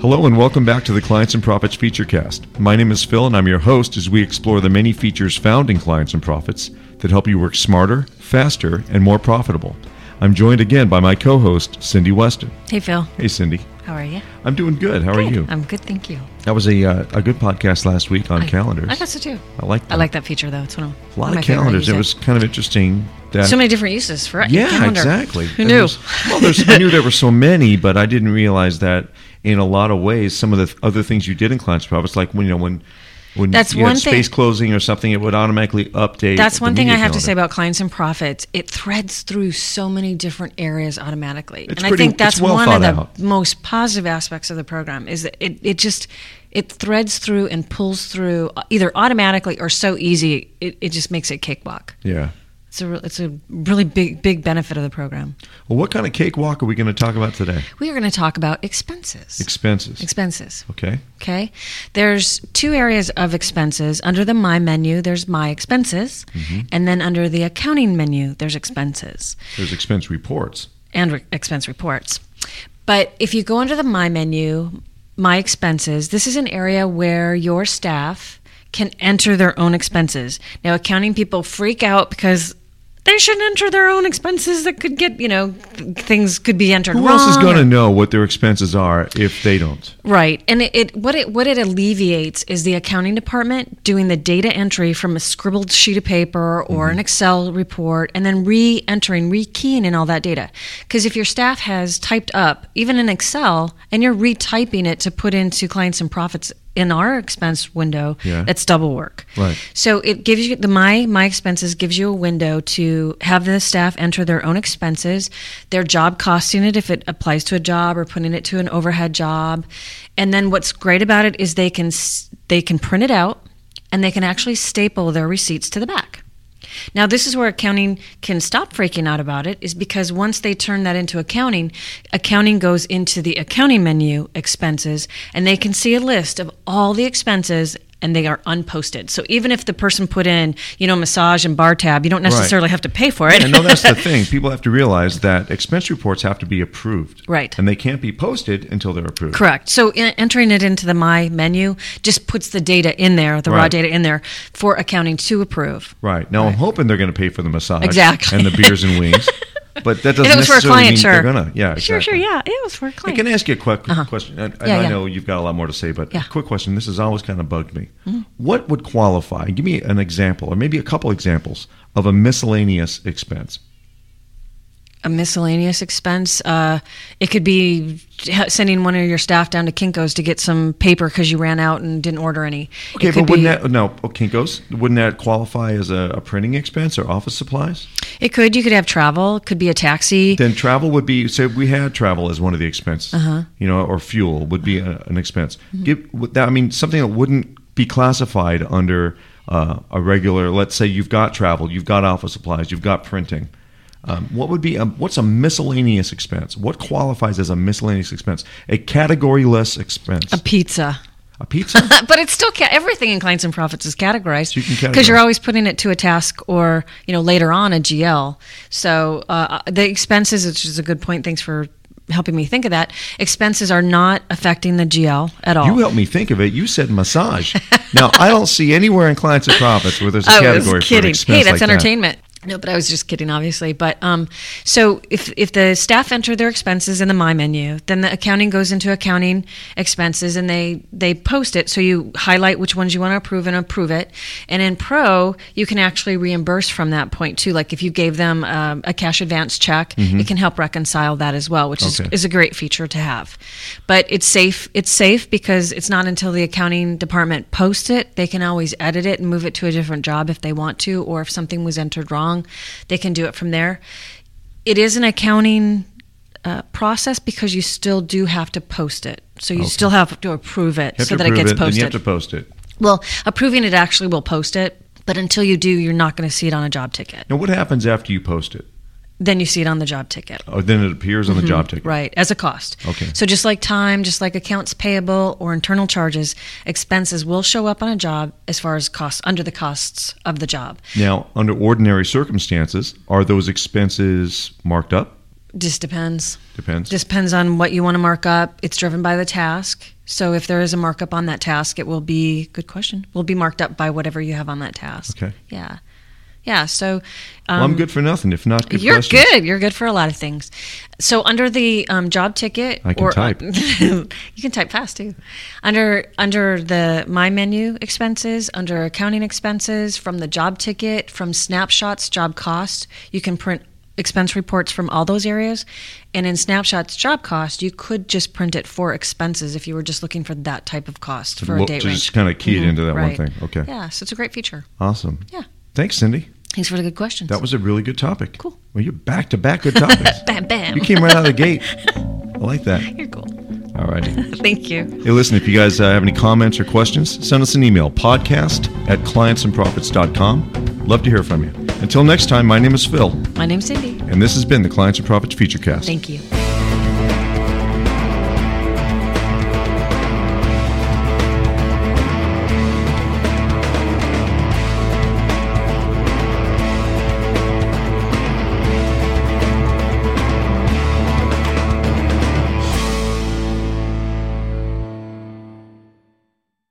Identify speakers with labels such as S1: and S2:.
S1: Hello and welcome back to the Clients and Profits Featurecast. My name is Phil and I'm your host as we explore the many features found in Clients and Profits that help you work smarter, faster, and more profitable. I'm joined again by my co-host Cindy Weston.
S2: Hey, Phil.
S1: Hey Cindy,
S2: How are you?
S1: I'm doing good. How are you?
S2: I'm good, thank you.
S1: that was a uh, a good podcast last week on
S2: I-
S1: calendars.
S2: I guess so too.
S1: I like that.
S2: I like that feature though. It's one of
S1: a lot
S2: one
S1: of
S2: my favorite
S1: calendars. It was
S2: uses.
S1: kind of interesting that
S2: so many different uses for a
S1: yeah,
S2: calendar.
S1: exactly.
S2: Who
S1: And
S2: knew?
S1: there's- well, there's, I knew there were so many, but I didn't realize that in a lot of ways, some of the th- other things you did in Clients Profits, like when you know when when
S2: That's
S1: you
S2: one
S1: had
S2: thing-
S1: space closing or something, it would automatically update.
S2: That's
S1: the
S2: one thing I
S1: media
S2: have to say
S1: calendar.
S2: about clients and profits. It threads through so many different areas automatically,
S1: It's
S2: and I
S1: pretty-
S2: think that's
S1: it's well
S2: one of the
S1: thought out.
S2: most positive aspects of the program is that it, it just it threads through and pulls through uh, either automatically or so easy. It, it just makes it cake walk.
S1: yeah.
S2: It's a re- it's a really big big benefit of the program.
S1: Well, what kind of cakewalk are we going to talk about today?
S2: We are going to talk about expenses.
S1: Expenses.
S2: expenses.
S1: okay.
S2: Okay. There's two areas of expenses. Under the My menu, there's My Expenses.
S1: Mm-hmm.
S2: And then under the Accounting menu, there's Expenses
S1: There's expense reports.
S2: and re- Expense Reports. But if you go under the My menu, My Expenses, this is an area where your staff can enter their own expenses. Now, accounting people freak out because they should enter their own expenses that could get, you know, th- things could be entered
S1: Who
S2: wrong.
S1: else is going
S2: or-
S1: to know what their expenses are if they don't?
S2: Right, and it, it what it what it alleviates is the accounting department doing the data entry from a scribbled sheet of paper or an Excel report, and then re-entering, re-keying in all that data. Because if your staff has typed up even in Excel, and you're retyping it to put into clients and profits in our expense window,
S1: Yeah.
S2: that's double work.
S1: Right.
S2: So it gives you the my my expenses gives you a window to have the staff enter their own expenses, their job costing it if it applies to a job or putting it to an overhead job, and then what's great about it is they can s- they can print it out and they can actually staple their receipts to the back. Now, this is where accounting can stop freaking out about it, is because once they turn that into accounting, accounting goes into the accounting menu expenses, and they can see a list of all the expenses and they are unposted. So even if the person put in, you know, massage and bar tab, you don't necessarily have to pay for it.
S1: And no, that's the thing. People have to realize that expense reports have to be approved.
S2: Right.
S1: And they can't be posted until they're approved.
S2: Correct. So en- entering it into the My menu just puts the data in there, the raw
S1: Right.
S2: data in there for accounting to approve.
S1: Right. Now I'm hoping they're going to pay for the massage
S2: Exactly.
S1: and the beers and wings, but that doesn't
S2: If it was for a
S1: necessarily mean
S2: client, sure.
S1: they're going to. Yeah,
S2: Sure, sure,
S1: exactly.
S2: yeah. It was for a
S1: I
S2: client.
S1: can ask you a quick question, and, and
S2: Yeah,
S1: I
S2: yeah.
S1: know you've got a lot more to say, but
S2: Yeah. Mm-hmm.
S1: a quick question. This has always kind of bugged me. What would qualify? Give me an example, or maybe a couple examples of a miscellaneous expense.
S2: a miscellaneous expense. Uh, it could be sending one of your staff down to Kinko's to get some paper because you ran out and didn't order any.
S1: Okay,
S2: it could
S1: but wouldn't
S2: be,
S1: that no oh, Kinkos? Wouldn't that qualify as a, a printing expense or office supplies?
S2: It could. You could have travel. It could be a taxi.
S1: Then travel would be. Say we had travel as one of the expenses,
S2: Uh-huh.
S1: you know, or fuel would be a, an expense.
S2: Mm-hmm.
S1: Give would that. I mean, something that wouldn't be classified under uh, a regular. Let's say you've got travel, you've got office supplies, you've got printing. Um, what would be a, what's a miscellaneous expense? What qualifies as a miscellaneous expense? A categoryless expense.
S2: a
S1: A,
S2: pizza. Uh,
S1: pizza.
S2: But it's still ca- everything in clients and profits is categorized
S1: you can
S2: because you're
S1: categorize.
S2: always putting it to a task or you know later on a GL. So uh, the expenses, which is a good point. Thanks for helping me think of that. Expenses are not affecting the GL at all.
S1: you helped me think of it. You said massage. now I don't see anywhere in clients and profits where there's a
S2: I
S1: category
S2: was
S1: for an
S2: Oh, kidding.
S1: expense
S2: hey,
S1: like
S2: that's
S1: that.
S2: entertainment. No, but I was just kidding, obviously. But um, so if if the staff enter their expenses in the My menu, then the accounting goes into accounting expenses, and they they post it. So you highlight which ones you want to approve and approve it. And in Pro, you can actually reimburse from that point too. Like if you gave them um, a cash advance check, it can help reconcile that as well, which
S1: Mm-hmm. Okay.
S2: is, is a great feature to have. But it's safe. It's safe because it's not until the accounting department posts it. They can always edit it and move it to a different job if they want to, or if something was entered wrong, they can do it from there. It is an accounting uh, process because you still do have to post it. So you still have to approve it
S1: You have
S2: so
S1: to
S2: that it
S1: approve
S2: gets
S1: it, then
S2: posted.
S1: you have to post it.
S2: well, approving it actually will post it, but until you do, you're not going to see it on a job ticket.
S1: Now what happens after you post it?
S2: Then you see it on the job ticket.
S1: Oh, then it appears on the job ticket.
S2: Mm-hmm. Right, as a cost.
S1: Okay.
S2: So just like time, just like accounts payable or internal charges, expenses will show up on a job as far as costs under the costs of the job.
S1: Now, under ordinary circumstances, are those expenses marked up?
S2: Just depends.
S1: Depends.
S2: Just depends on what you want to mark up. It's driven by the task. So if there is a markup on that task, it will be good question. Will be marked up by whatever you have on that task.
S1: Okay.
S2: Yeah. Yeah. So um,
S1: well, I'm good for nothing if not good
S2: you're
S1: questions.
S2: good. You're good for a lot of things. So under the um, job ticket,
S1: I can type.
S2: you can type fast too. Under under the my menu expenses, under accounting expenses, from the job ticket, from snapshots, job costs, you can print expense reports from all those areas. And in snapshots, job cost, you could just print it for expenses if you were just looking for that type of cost for
S1: Well,
S2: a date
S1: to
S2: range.
S1: just kind of key it into that
S2: right.
S1: one thing. Okay.
S2: Yeah, so it's a great feature.
S1: Awesome.
S2: Yeah.
S1: Thanks, Cindy.
S2: Thanks for the good questions.
S1: That was a really good topic.
S2: Cool.
S1: Well, you're back to back good topics.
S2: bam, bam.
S1: You came right out of the gate. I like that.
S2: You're cool.
S1: All righty.
S2: Thank you.
S1: Hey, listen, if you guys uh, have any comments or questions, send us an email podcast at clientsandprofits.com. Love to hear from you. Until next time, my name is Phil,
S2: My name's Cindy.
S1: and this has been the Clients and Profits Feature Cast.
S2: Thank you.